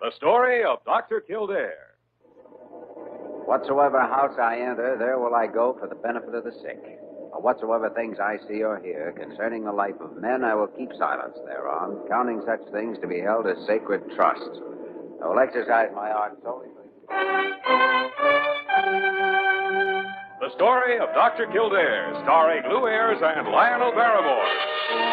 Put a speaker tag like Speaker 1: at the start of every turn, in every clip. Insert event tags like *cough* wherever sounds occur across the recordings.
Speaker 1: The story of Dr. Kildare.
Speaker 2: Whatsoever house I enter, there will I go for the benefit of the sick. Or whatsoever things I see or hear concerning the life of men, I will keep silence thereon, counting such things to be held as sacred trusts. I will exercise my art solely for
Speaker 1: The story of Dr. Kildare, starring Lou Ayres and Lionel Barrymore.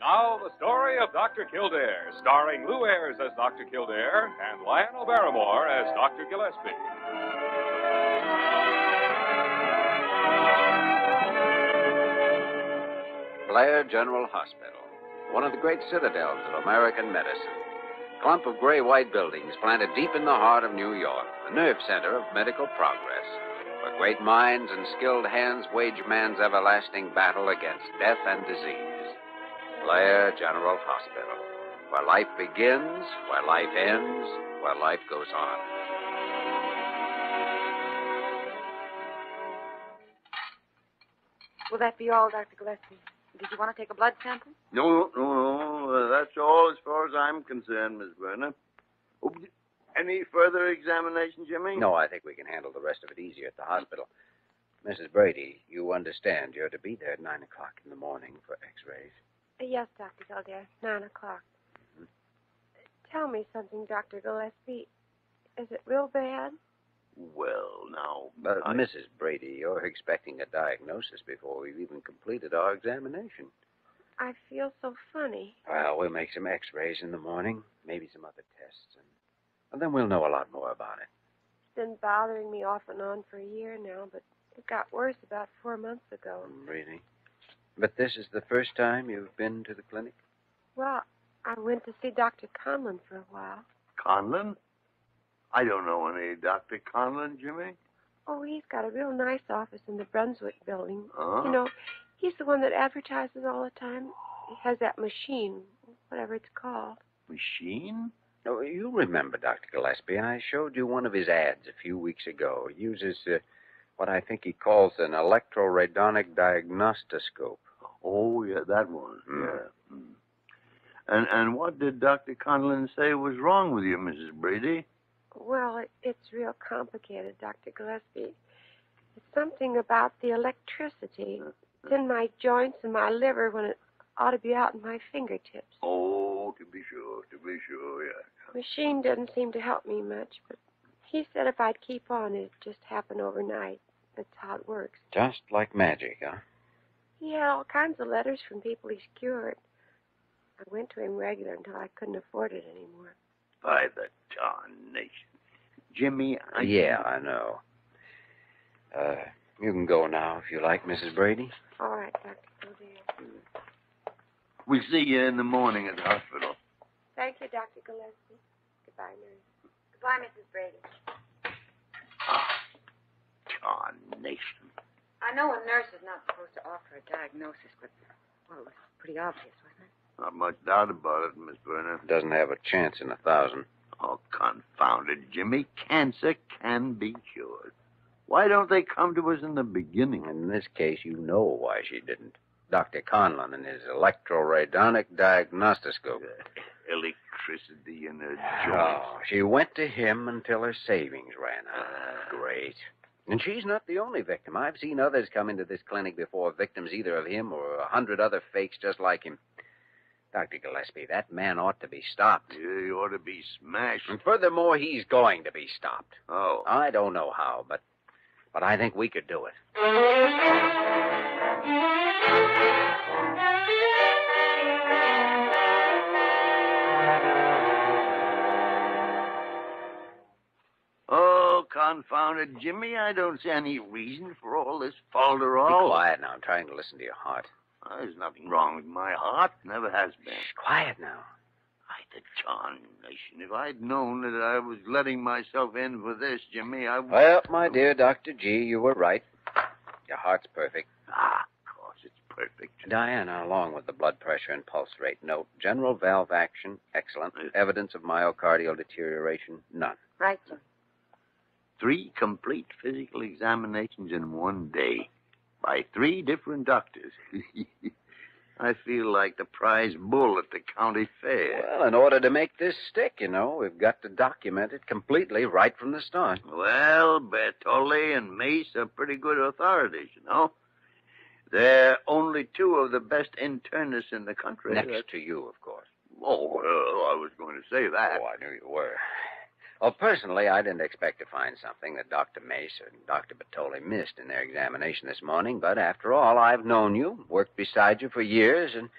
Speaker 1: Now, the story of Dr. Kildare, starring Lou Ayres as Dr. Kildare and Lionel Barrymore as Dr. Gillespie.
Speaker 2: Blair General Hospital, one of the great citadels of American medicine. Clump of gray white buildings planted deep in the heart of New York, the nerve center of medical progress, where great minds and skilled hands wage man's everlasting battle against death and disease. Blair General Hospital, where life begins, where life ends, where life goes on.
Speaker 3: Will that be all, Dr. Gillespie? Did you want to take a blood sample?
Speaker 4: No, no, no. uh, That's all as far as I'm concerned, Miss Werner. Oh, d- Any further examination, Jimmy?
Speaker 2: No, I think we can handle the rest of it easier at the hospital. Mrs. Brady, you understand you're to be there at 9 o'clock in the morning for x rays.
Speaker 5: Uh, Yes, Dr. Kildare. Nine o'clock. Tell me something, Dr. Gillespie. Is it real bad?
Speaker 4: Well, now.
Speaker 2: But,
Speaker 4: I-
Speaker 2: Mrs. Brady, you're expecting a diagnosis before we've even completed our examination.
Speaker 5: I feel so funny.
Speaker 2: Well, we'll make some x rays in the morning, maybe some other tests, and, and then we'll know a lot more about it.
Speaker 5: It's been bothering me off and on for a year now, but it got worse about four months ago.
Speaker 2: Really? But this is the first time you've been to the clinic?
Speaker 5: Well, I went to see Dr. Conlon for a while.
Speaker 4: Conlon? I don't know any Dr. Conlon, Jimmy.
Speaker 5: Oh, he's got a real nice office in the Brunswick building.
Speaker 4: Oh.
Speaker 5: You know, he's the one that advertises all the time. He has that machine, whatever it's called.
Speaker 4: Machine?
Speaker 2: Oh, you remember Dr. Gillespie. I showed you one of his ads a few weeks ago. He uses uh, what I think he calls an electroradonic diagnostoscope.
Speaker 4: Oh, yeah, that one.
Speaker 2: Hmm.
Speaker 4: Yeah. Hmm. And and what did Dr. Conlon say was wrong with you, Mrs. Brady?
Speaker 5: Well, it, it's real complicated, Dr. Gillespie. It's something about the electricity. It's in my joints and my liver when it ought to be out in my fingertips.
Speaker 4: Oh, to be sure, to be sure, yeah.
Speaker 5: Machine doesn't seem to help me much, but he said if I'd keep on, it'd just happen overnight. That's how it works.
Speaker 2: Just like magic, huh?
Speaker 5: He had all kinds of letters from people he's cured. I went to him regular until I couldn't afford it anymore.
Speaker 4: By the tarnation. Jimmy, I.
Speaker 2: yeah, I know. Uh, you can go now if you like, Mrs. Brady.
Speaker 5: All right, Dr. Kildare.
Speaker 4: We'll see you in the morning at the hospital.
Speaker 5: Thank you, Dr. Gillespie. Goodbye, Mary.
Speaker 3: Goodbye, Mrs. Brady.
Speaker 4: Tarnation.
Speaker 3: I know a nurse is not supposed to offer a diagnosis, but, well, it was pretty obvious, wasn't it?
Speaker 4: Not much doubt about it, Miss Werner.
Speaker 2: Doesn't have a chance in a thousand.
Speaker 4: Oh, confound it, Jimmy. Cancer can be cured. Why don't they come to us in the beginning?
Speaker 2: *laughs* In this case, you know why she didn't. Dr. Conlon and his electroradonic diagnostoscope.
Speaker 4: Electricity in her joints.
Speaker 2: Oh, she went to him until her savings ran out.
Speaker 4: Ah.
Speaker 2: Great. And she's not the only victim. I've seen others come into this clinic before, victims either of him or a hundred other fakes just like him. Dr. Gillespie, that man ought to be stopped.
Speaker 4: Yeah, You ought to be smashed.
Speaker 2: And furthermore, he's going to be stopped.
Speaker 4: Oh.
Speaker 2: I don't know how, but but I think we could do it.
Speaker 4: Oh, confound it, Jimmy. I don't see any reason for all all this falderall.
Speaker 2: Be quiet now. I'm trying to listen to your heart.
Speaker 4: Oh, there's nothing wrong with my heart. Never has been.
Speaker 2: Shh, quiet now.
Speaker 4: By the tarnation. If I'd known that I was letting myself in for this, Jimmy, I would.
Speaker 2: Well, my dear Dr. G, you were right. Your heart's perfect.
Speaker 4: Ah, of course, it's perfect.
Speaker 2: Diana, along with the blood pressure and pulse rate note, general valve action, excellent.
Speaker 4: Yes.
Speaker 2: Evidence of myocardial deterioration, none.
Speaker 3: Right, Jim.
Speaker 4: Three complete physical examinations in one day by three different doctors. *laughs* I feel like the prize bull at the county fair.
Speaker 2: Well, in order to make this stick, you know, we've got to document it completely right from the start.
Speaker 4: Well, Bertolli and Mace are pretty good authorities, you know. They're only two of the best internists in the country.
Speaker 2: Next to you, of course.
Speaker 4: Oh, well, I was going to say that.
Speaker 2: Oh, I knew you were. Well, personally, I didn't expect to find something that Dr. Mace and Dr. Batoli missed in their examination this morning, but after all, I've known you, worked beside you for years, and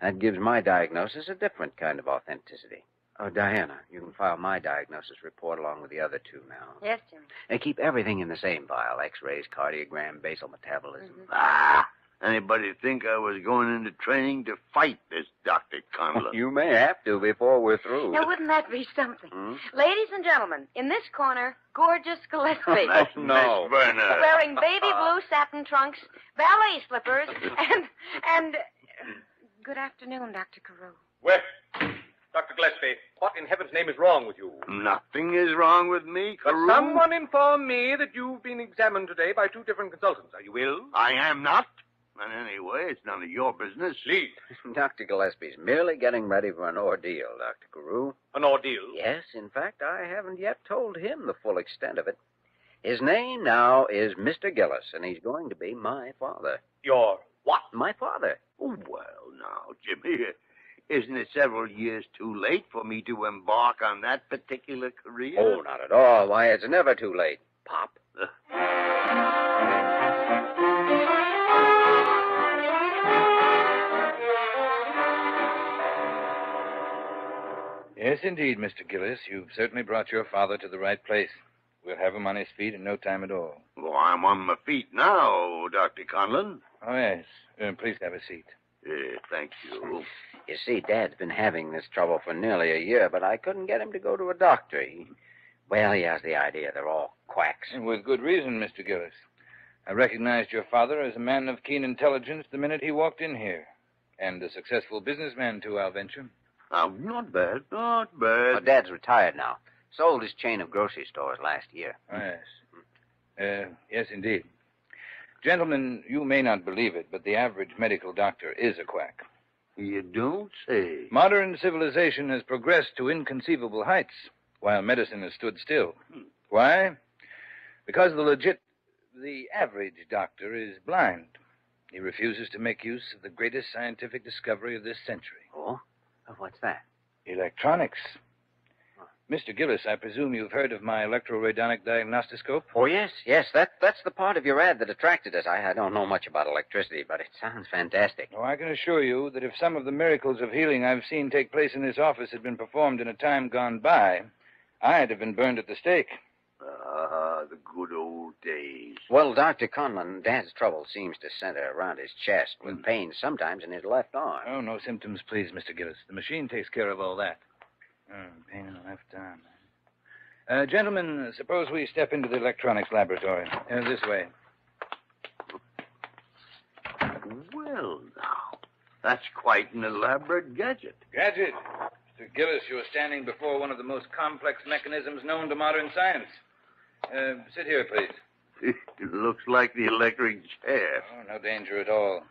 Speaker 2: that gives my diagnosis a different kind of authenticity. Oh, Diana, you can file my diagnosis report along with the other two now.
Speaker 3: Yes, Jimmy.
Speaker 2: And keep everything in the same file x rays, cardiogram, basal metabolism.
Speaker 4: Ah, anybody think I was going into training to fight this Dr. Conlon?
Speaker 2: *laughs* You may have to before we're through.
Speaker 3: Now, wouldn't that be something?
Speaker 2: Hmm?
Speaker 3: Ladies and gentlemen, in this corner, gorgeous
Speaker 4: *laughs*
Speaker 3: Gillespie.
Speaker 4: That's
Speaker 2: Oh, *laughs* no.
Speaker 4: Miss Werner.
Speaker 3: wearing baby blue satin trunks, ballet slippers, and and good afternoon, Dr. Carew.
Speaker 6: Well, Dr. Gillespie, what in heaven's name is wrong with you?
Speaker 4: Nothing is wrong with me,
Speaker 6: But
Speaker 4: Carew.
Speaker 6: someone informed me that you've been examined today by two different consultants. Are you ill?
Speaker 4: I am not. And anyway, it's none of your business.
Speaker 6: Sleep.
Speaker 2: Dr. Gillespie's merely getting ready for an ordeal, Dr. Carew.
Speaker 6: An ordeal.
Speaker 2: Yes, in fact, I haven't yet told him the full extent of it. His name now is Mr. Gillis, and he's going to be my father.
Speaker 6: Your what?
Speaker 2: My father.
Speaker 4: Oh, well, now, Jimmy, isn't it several years too late for me to embark on that particular career?
Speaker 2: Oh, not at all. Why, it's never too late, Pop.
Speaker 7: Yes, indeed, Mr. Gillis. You've certainly brought your father to the right place. We'll have him on his feet in no time at all.
Speaker 4: Well, I'm on my feet now, Dr. Conlon.
Speaker 7: Oh, yes. Uh, please have a seat.
Speaker 4: Eh, thank you.
Speaker 2: You see, Dad's been having this trouble for nearly a year, but I couldn't get him to go to a doctor. He, well, he has the idea they're all quacks.
Speaker 7: And with good reason, Mr. Gillis. I recognized your father as a man of keen intelligence the minute he walked in here. And a successful businessman, too, I'll venture.
Speaker 4: Oh, not bad, not bad.
Speaker 2: Well, Oh, Dad's retired now. Sold his chain of grocery stores last year.
Speaker 7: Oh, yes. Uh, yes, indeed. Gentlemen, you may not believe it, but the average medical doctor is a quack.
Speaker 4: You don't say.
Speaker 7: Modern civilization has progressed to inconceivable heights, while medicine has stood still. Why? Because the legit, the average doctor is blind. He refuses to make use of the greatest scientific discovery of this century
Speaker 2: Oh? What's that?
Speaker 7: electronics. Mr. Gillis, I presume you've heard of my electroradonic diagnostiscope?
Speaker 2: Oh, yes, yes. That, that's the part of your ad that attracted us. I, I don't know much about electricity, but it sounds fantastic.
Speaker 7: Oh, I can assure you that if some of the miracles of healing I've seen take place in this office had been performed in a time gone by, I'd have been burned at the stake.
Speaker 4: Ah, the good old days.
Speaker 2: Well, Dr. Conlon, Dad's trouble seems to center around his chest, with pain sometimes in his left arm.
Speaker 7: Oh, no symptoms, please, Mr. Gillis. The machine takes care of all that. Hmm, pain in the left arm. Uh, gentlemen, suppose we step into the electronics laboratory. Uh, this way.
Speaker 4: Well, now, that's quite an elaborate gadget.
Speaker 7: Gadget! Mr. Gillis, you are standing before one of the most complex mechanisms known to modern science. Uh, sit here, please.
Speaker 4: *laughs* it looks like the electric chair.
Speaker 7: Oh, no danger at all.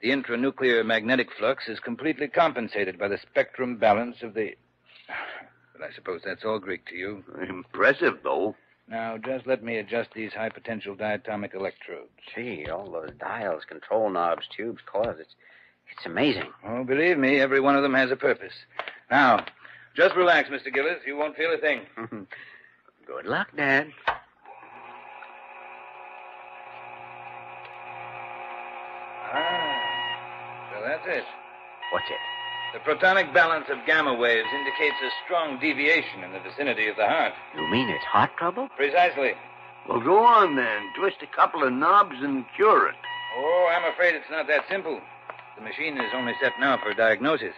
Speaker 7: The intranuclear magnetic flux is completely compensated by the spectrum balance of the. *sighs* Well, I suppose that's all Greek to you.
Speaker 4: Impressive, though.
Speaker 7: Now, just let me adjust these high potential diatomic electrodes.
Speaker 2: Gee, all those dials, control knobs, tubes, coils, it's, it's amazing. *laughs*
Speaker 7: Oh, believe me, every one of them has a purpose. Now, just relax, Mr. Gillis. You won't feel a thing.
Speaker 2: Good luck, Dad.
Speaker 7: Ah, so that's it.
Speaker 2: What's it?
Speaker 7: The protonic balance of gamma waves indicates a strong deviation in the vicinity of the heart.
Speaker 2: You mean it's heart trouble?
Speaker 7: Precisely.
Speaker 4: Well, go on then. Twist a couple of knobs and cure it.
Speaker 7: Oh, I'm afraid it's not that simple. The machine is only set now for diagnosis.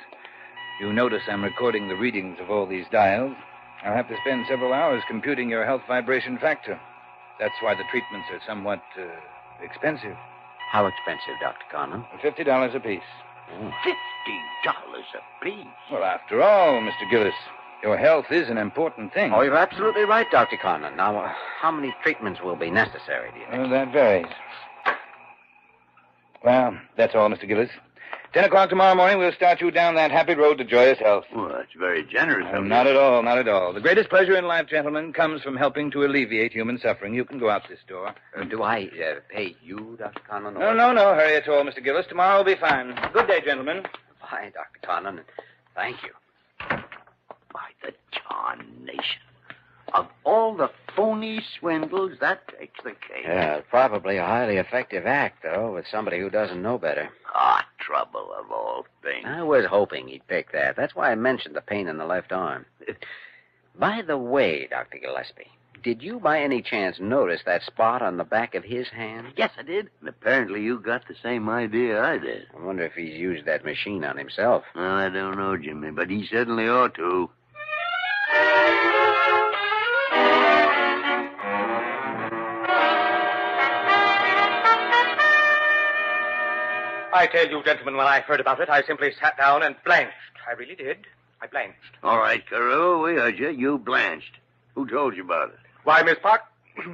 Speaker 7: You notice I'm recording the readings of all these dials. I'll have to spend several hours computing your health vibration factor. That's why the treatments are somewhat uh, expensive.
Speaker 2: How expensive, Dr. Connell?
Speaker 7: Fifty dollars apiece.
Speaker 4: Fifty dollars a piece.
Speaker 7: Well, after all, Mr. Gillis, your health is an important thing.
Speaker 2: Oh, you're absolutely right, Dr. Connell. Now, uh, how many treatments will be necessary, do you think?
Speaker 7: Well, Uh, that varies. Well, that's all, Mr. Gillis. Ten o'clock tomorrow morning, we'll start you down that happy road to joyous health.
Speaker 4: Well, that's very generous.
Speaker 7: Oh,
Speaker 4: of you.
Speaker 7: not at all, not at all. The greatest pleasure in life, gentlemen, comes from helping to alleviate human suffering. You can go out this door.
Speaker 2: Uh, do I uh, pay you, Dr. Connell?
Speaker 7: No,
Speaker 2: or-
Speaker 7: no, no hurry at all, Mr. Gillis. Tomorrow will be fine. Good day, gentlemen.
Speaker 2: Bye, Dr. Connell. and Thank you.
Speaker 4: By the tarnation. Of all the phony swindles, that takes the cake.
Speaker 2: Yeah, probably a highly effective act, though, with somebody who doesn't know better.
Speaker 4: Ah, trouble of all things.
Speaker 2: I was hoping he'd pick that. That's why I mentioned the pain in the left arm. by the way, Dr. Gillespie, did you by any chance notice that spot on the back of his hand?
Speaker 4: Yes, I did. And apparently you got the same idea I did.
Speaker 2: I wonder if he's used that machine on himself.
Speaker 4: Well, I don't know, Jimmy, but he certainly ought to.
Speaker 6: I tell you, gentlemen, when I heard about it, I simply sat down and blanched. I really did. I blanched.
Speaker 4: All right, Carew, we heard you. You blanched. Who told you about it?
Speaker 6: Why, Miss Park?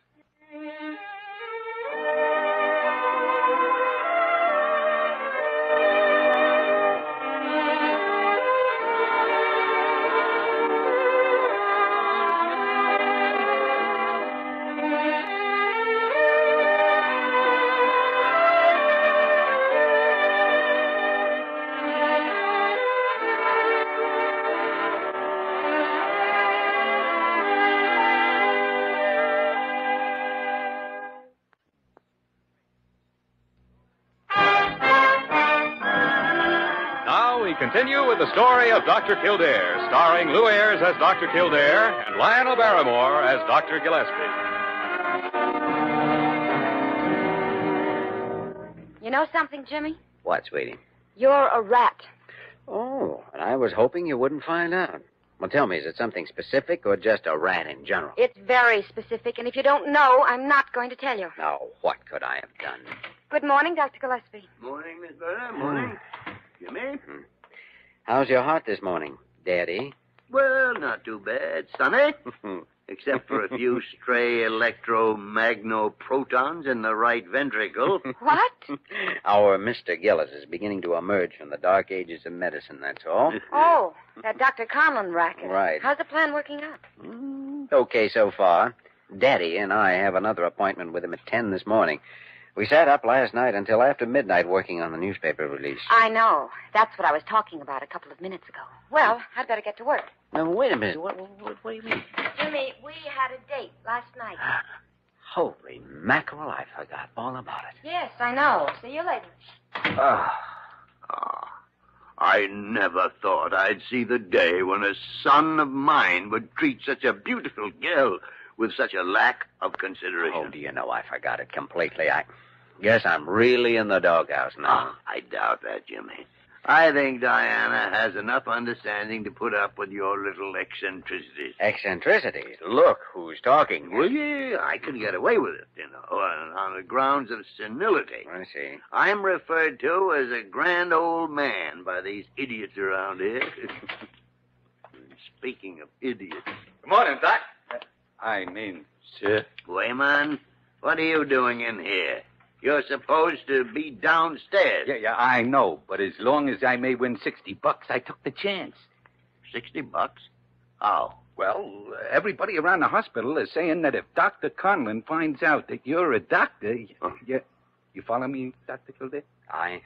Speaker 1: Now we continue with the story of Dr. Kildare, starring Lou Ayres as Dr. Kildare and Lionel Barrymore as Dr. Gillespie.
Speaker 3: You know something, Jimmy?
Speaker 2: What, sweetie?
Speaker 3: You're a rat.
Speaker 2: Oh, and I was hoping you wouldn't find out. Well, tell me, is it something specific or just a rat in general?
Speaker 3: It's very specific, and if you don't know, I'm not going to tell you.
Speaker 2: Now, what could I have done?
Speaker 3: Good morning, Dr. Gillespie.
Speaker 4: Morning, Miss Berta. Morning. Jimmy?
Speaker 2: How's your heart this morning, Daddy? *laughs*
Speaker 4: Well, not too bad, Sonny. Except for a few stray electromagnoprotons in the right ventricle.
Speaker 3: What?
Speaker 2: Our Mr. Gillis is beginning to emerge from the dark ages of medicine, that's *laughs* all.
Speaker 3: Oh, that Dr. Conlon racket.
Speaker 2: Right.
Speaker 3: How's the plan working out?
Speaker 2: Mm, okay so far. Daddy and I have another appointment with him at 10 this morning. We sat up last night until after midnight working on the newspaper release.
Speaker 3: I know. That's what I was talking about a couple of minutes ago. Mm. Well, I'd better get to work.
Speaker 2: Now, wait a minute. What, what, what do you mean?
Speaker 3: Jimmy, we had a date last night.
Speaker 2: Holy mackerel, I forgot all about it.
Speaker 3: Yes, I know. See you later.
Speaker 4: Ah, ah. I never thought I'd see the day when a son of mine would treat such a beautiful girl with such a lack of
Speaker 2: Oh,
Speaker 4: consideration.
Speaker 2: do you know I forgot it completely? I guess I'm really in the doghouse now.
Speaker 4: Ah, I doubt that, Jimmy. I think Diana has enough understanding to put up with your little eccentricities.
Speaker 2: Eccentricities. Look who's talking.
Speaker 4: Well, yeah, I can get away with it, you know, on, on the grounds of senility.
Speaker 2: I see.
Speaker 4: I'm referred to as a grand old man by these idiots around here. *laughs* Speaking of idiots,
Speaker 6: Good morning, Doc.
Speaker 7: I mean, sir.
Speaker 4: Wayman, what are you doing in here? You're supposed to be downstairs.
Speaker 7: Yeah, yeah, I know, but as long as I may win 60 bucks, I took the chance.
Speaker 4: Sixty bucks? How?
Speaker 7: Well, everybody around the hospital is saying that if Dr. Conlon finds out that you're a doctor, y-
Speaker 4: Huh.
Speaker 7: you, you follow me, Dr. Kildare?
Speaker 2: I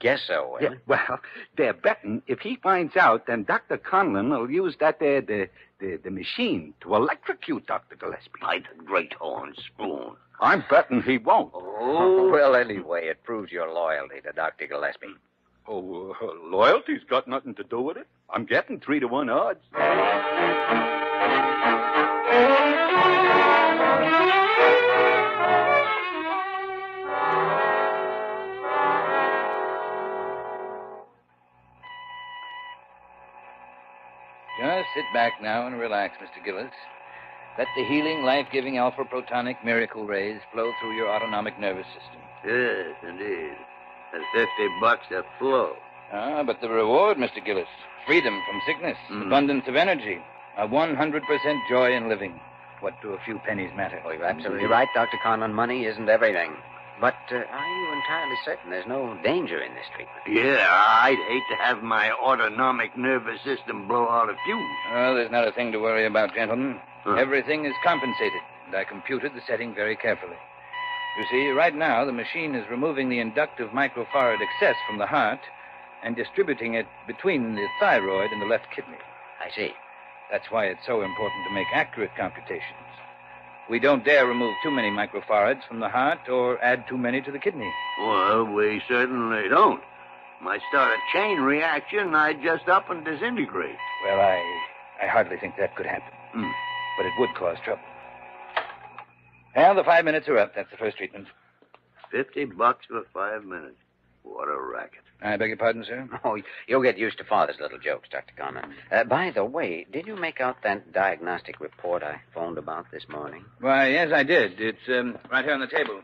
Speaker 2: guess so. eh? Well,
Speaker 7: Yeah, well, they're betting if he finds out, then Dr. Conlon will use that there, the, the, the machine to electrocute Dr. Gillespie.
Speaker 4: By the great horn spoon.
Speaker 7: I'm betting he won't.
Speaker 4: Oh,
Speaker 2: well, anyway, it proves your loyalty to Dr. Gillespie.
Speaker 7: Oh, uh, loyalty's got nothing to do with it. I'm getting three to one odds. Just sit back now and relax, Mr. Gillis. Let the healing, life giving alpha protonic miracle rays flow through your autonomic nervous system.
Speaker 4: Yes, indeed. At fifty bucks a flow.
Speaker 7: Ah, but the reward, Mr. Gillis freedom from sickness,
Speaker 4: Mm.
Speaker 7: abundance of energy, a 100% joy in living. What do a few pennies matter?
Speaker 2: Well, you're absolutely right, Dr. Conlon. Money isn't everything. But uh, are you entirely certain there's no danger in this treatment?
Speaker 4: Yeah, I'd hate to have my autonomic nervous system blow out a fuse.
Speaker 7: Well, there's not a thing to worry about, gentlemen.
Speaker 4: Huh.
Speaker 7: Everything is compensated, and I computed the setting very carefully. You see, right now the machine is removing the inductive microfarad excess from the heart and distributing it between the thyroid and the left kidney.
Speaker 2: I see. *laughs*
Speaker 7: That's why it's so important to make accurate computations. We don't dare remove too many microfarads from the heart or add too many to the kidney.
Speaker 4: Well, we certainly don't. Might start a chain reaction, and I'd just up and disintegrate.
Speaker 7: Well, I, I hardly think that could happen.
Speaker 4: Hmm.
Speaker 7: But it would cause trouble. Well, the five minutes are up. That's the first treatment.
Speaker 4: Fifty bucks for five minutes. What a racket.
Speaker 7: I beg your pardon, sir.
Speaker 2: Oh, you'll get used to father's little jokes, Dr. Conlon. Uh, by the way, did you make out that diagnostic report I phoned about this morning? *laughs*
Speaker 7: Why, yes, I did. It's um, right here on the table.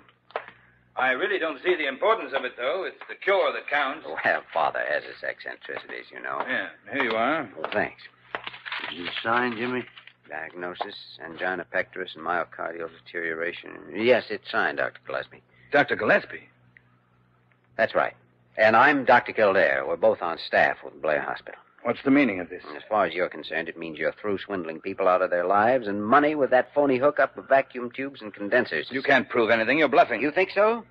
Speaker 7: I really don't see the importance of it, though. It's the cure that counts.
Speaker 2: Well, father has his eccentricities, you know.
Speaker 7: Yeah, here you are.
Speaker 2: Well, thanks.
Speaker 4: Is it signed, Jimmy?
Speaker 2: Diagnosis, angina pectoris and myocardial deterioration. Yes, it's signed, Dr. Gillespie.
Speaker 7: Dr. Gillespie.
Speaker 2: That's right. And I'm Dr. Kildare. We're both on staff with Blair Hospital.
Speaker 7: What's the meaning of this?
Speaker 2: And as far as you're concerned, it means you're through swindling people out of their lives and money with that phony hookup of vacuum tubes and condensers.
Speaker 7: You can't prove anything. You're bluffing.
Speaker 2: You think so?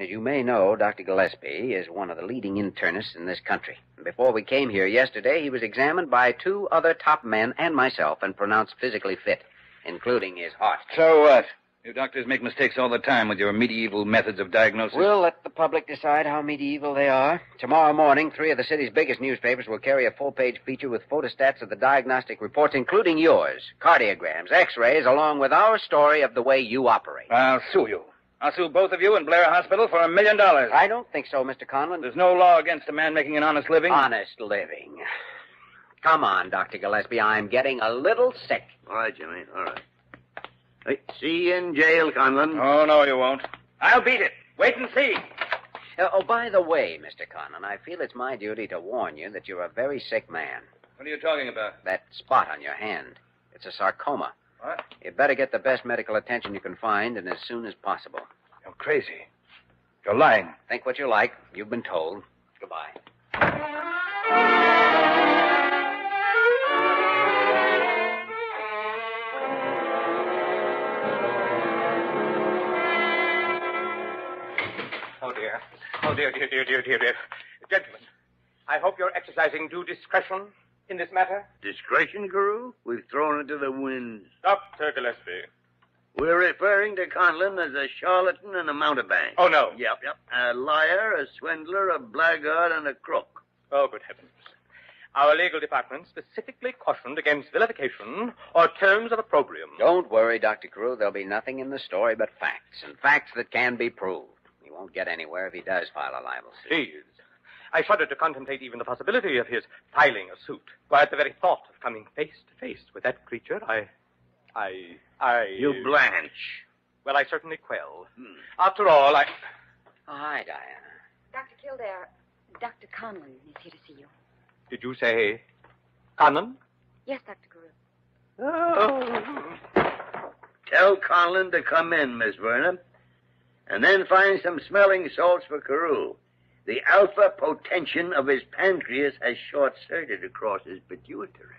Speaker 2: As you may know, Dr. Gillespie is one of the leading internists in this country. And Before we came here yesterday, he was examined by two other top men and myself and pronounced physically fit, including his heart.
Speaker 7: So what? You doctors make mistakes all the time with your medieval methods of diagnosis.
Speaker 2: We'll let the public decide how medieval they are. Tomorrow morning, three of the city's biggest newspapers will carry a full page feature with photostats of the diagnostic reports, including yours, cardiograms, x rays, along with our story of the way you operate.
Speaker 7: I'll sue you. I'll sue both of you and Blair Hospital for a million dollars.
Speaker 2: I don't think so, Mr. Conlon.
Speaker 7: There's no law against a man making an honest living.
Speaker 2: Honest living. Come on, Dr. Gillespie. I'm getting a little sick.
Speaker 4: All right, Jimmy. All right. Hey, see you in jail, Conlon.
Speaker 7: Oh, no, you won't.
Speaker 6: I'll beat it. Wait and see.
Speaker 2: Uh, oh, by the way, Mr. Conlon, I feel it's my duty to warn you that you're a very sick man.
Speaker 6: What are you talking about?
Speaker 2: That spot on your hand. It's a sarcoma.
Speaker 6: What?
Speaker 2: You better get the best medical attention you can find and as soon as possible.
Speaker 7: You're crazy. You're lying.
Speaker 2: Think what you like. You've been told. Goodbye.
Speaker 6: Oh, dear. Oh, dear, dear, dear, dear, dear, dear. Gentlemen, I hope you're exercising due discretion in this matter.
Speaker 4: Discretion, Guru? We've thrown it to the winds.
Speaker 1: Dr. Gillespie.
Speaker 4: We're referring to Conlon as a charlatan and a mountebank.
Speaker 6: Oh, no.
Speaker 4: Yep, yep. A liar, a swindler, a blackguard, and a crook.
Speaker 6: Oh, good heavens. Our legal department specifically cautioned against vilification or terms of opprobrium.
Speaker 2: Don't worry, Dr. Carew. There'll be nothing in the story but facts, and facts that can be proved. He won't get anywhere if he does file a libel suit.
Speaker 6: Jeez. I shudder to contemplate even the possibility of his filing a suit. Why, at the very thought of coming face to face with that creature, I. I. I.
Speaker 4: You blanch.
Speaker 6: Well, I certainly quell.
Speaker 4: Hmm.
Speaker 6: After all, I.
Speaker 2: Oh, hi, Diana.
Speaker 3: Dr. Kildare, Dr. Conlon is here to see you.
Speaker 6: Did you say. Conlon?
Speaker 3: Yes, Dr. Carew.
Speaker 6: Oh.
Speaker 4: Tell Conlon to come in, Miss Vernon. And then find some smelling salts for Carew. The alpha potention of his pancreas has short circuited across his pituitary.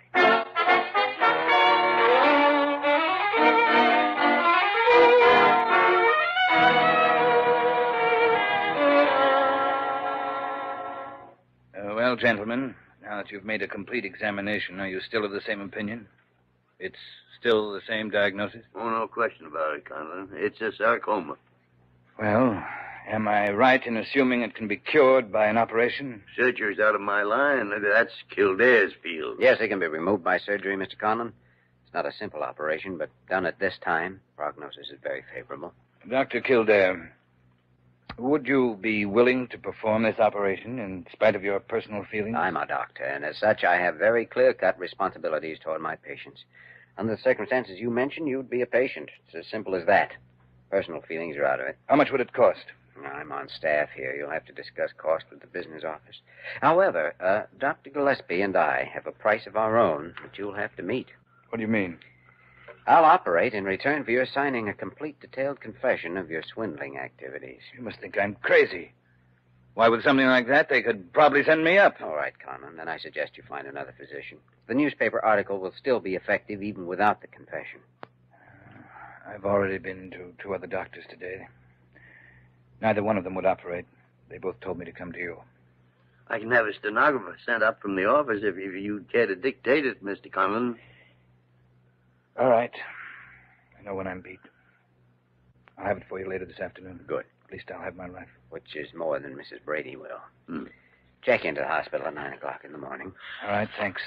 Speaker 7: Uh, well, gentlemen, now that you've made a complete examination, are you still of the same opinion? It's still the same diagnosis?
Speaker 4: Oh, no question about it, Conlon. It's a sarcoma.
Speaker 7: Well, am I right in assuming it can be cured by an operation?
Speaker 4: Surgery's out of my line. That's Kildare's field.
Speaker 2: Yes, it can be removed by surgery, Mr. Conlon. It's not a simple operation, but done at this time, prognosis is very favorable.
Speaker 7: Dr. Kildare, would you be willing to perform this operation in spite of your personal feelings?
Speaker 2: I'm a doctor, and as such, I have very clear cut responsibilities toward my patients. Under the circumstances you mentioned, you'd be a patient. It's as simple as that. Personal feelings are out of it.
Speaker 7: How much would it cost?
Speaker 2: I'm on staff here. You'll have to discuss cost with the business office. However, uh, Dr. Gillespie and I have a price of our own that you'll have to meet.
Speaker 7: What do you mean?
Speaker 2: I'll operate in return for your signing a complete detailed confession of your swindling activities.
Speaker 7: You must think I'm crazy. Why, with something like that, they could probably send me up.
Speaker 2: All right, Conlon, then I suggest you find another physician. The newspaper article will still be effective even without the confession.
Speaker 7: I've already been to two other doctors today. Neither one of them would operate. They both told me to come to you.
Speaker 4: I can have a stenographer sent up from the office if, if you care to dictate it, Mr. Conlon.
Speaker 7: All right. I know when I'm beat. I'll have it for you later this afternoon.
Speaker 2: Good.
Speaker 7: At least I'll have my life.
Speaker 2: Which is more than Mrs. Brady will.
Speaker 4: Hmm.
Speaker 2: Check into the hospital at 9 o'clock in the morning.
Speaker 7: All right, thanks.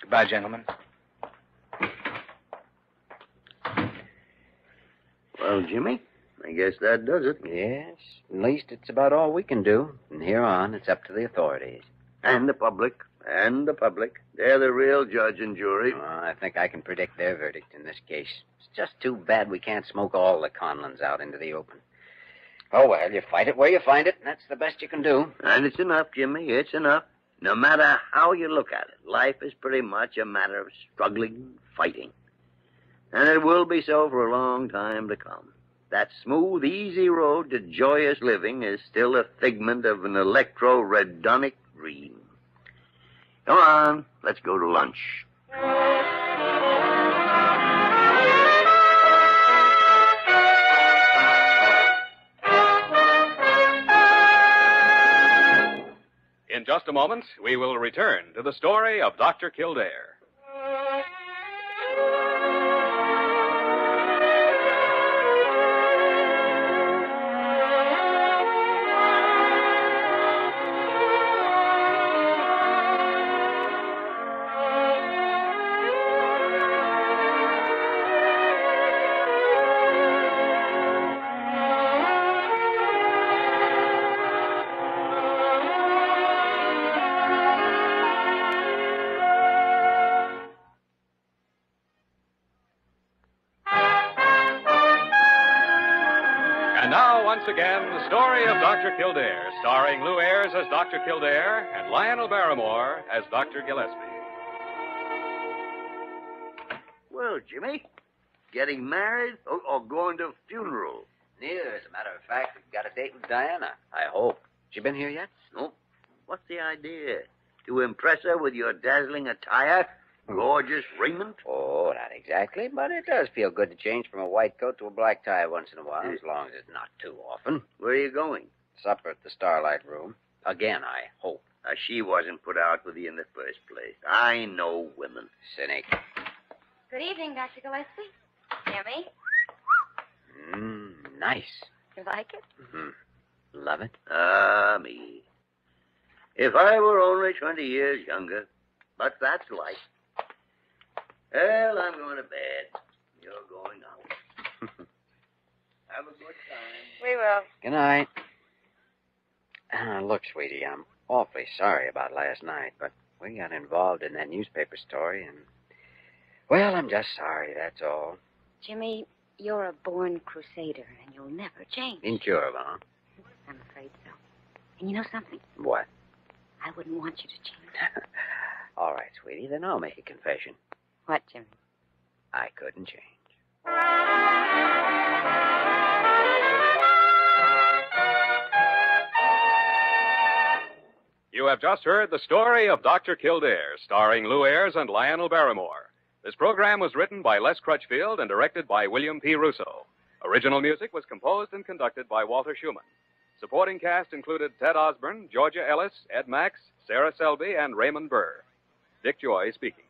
Speaker 7: Goodbye, gentlemen.
Speaker 4: Well, Jimmy, I guess that does it.
Speaker 2: Yes, at least it's about all we can do. From here on, it's up to the authorities.
Speaker 4: And the public. And the public. They're the real judge and jury.
Speaker 2: Well, I think I can predict their verdict in this case. It's just too bad we can't smoke all the Conlons out into the open. Oh, well, you fight it where you find it, and that's the best you can do.
Speaker 4: And it's enough, Jimmy. It's enough. No matter how you look at it, life is pretty much a matter of struggling and fighting. And it will be so for a long time to come. That smooth, easy road to joyous living is still a figment of an electro-redonic dream. Come on, let's go to lunch.
Speaker 1: In just a moment, we will return to the story of Dr. Kildare. And now, once again, the story of Dr. Kildare, starring Lou Ayres as Dr. Kildare and Lionel Barrymore as Dr. Gillespie.
Speaker 4: world, Jimmy. Getting married or, or going to a funeral?
Speaker 2: Neither, as a matter of fact. We've got a date with Diana, I hope. She been here yet?
Speaker 4: Nope. What's the idea? To impress her with your dazzling attire? Gorgeous raiment?
Speaker 2: Oh, not exactly, but it does feel good to change from a white coat to a black tie once in a while, as long as it's not too often.
Speaker 4: Where are you going?
Speaker 2: Supper at the Starlight Room. Again, I hope.
Speaker 4: Now, Uh, she wasn't put out with you in the first place. I know women.
Speaker 2: Cynic.
Speaker 3: Good evening, Dr. Gillespie. Jimmy,
Speaker 2: Mmm, nice.
Speaker 3: you like it?
Speaker 2: hmm Love it?
Speaker 4: Ah, me. If I were only 20 years younger. But that's life. Well, I'm going to bed. You're going out. Have a good time.
Speaker 3: We will.
Speaker 2: Good night. Ah, look, sweetie, I'm awfully sorry about last night, but we got involved in that newspaper story, and. Well, I'm just sorry, that's all.
Speaker 3: Jimmy, you're a born crusader, and you'll never change.
Speaker 2: Incurable, huh?
Speaker 3: I'm afraid so. And you know something?
Speaker 2: What?
Speaker 3: I wouldn't want you to change.
Speaker 2: all right, sweetie, then I'll make a confession.
Speaker 3: What, Jimmy?
Speaker 2: I couldn't change.
Speaker 1: You have just heard the story of Dr. Kildare, starring Lou Ayres and Lionel Barrymore. This program was written by Les Crutchfield and directed by William P. Russo. Original music was composed and conducted by Walter Schumann. Supporting cast included Ted Osborne, Georgia Ellis, Ed Max, Sarah Selby, and Raymond Burr. Dick Joy speaking.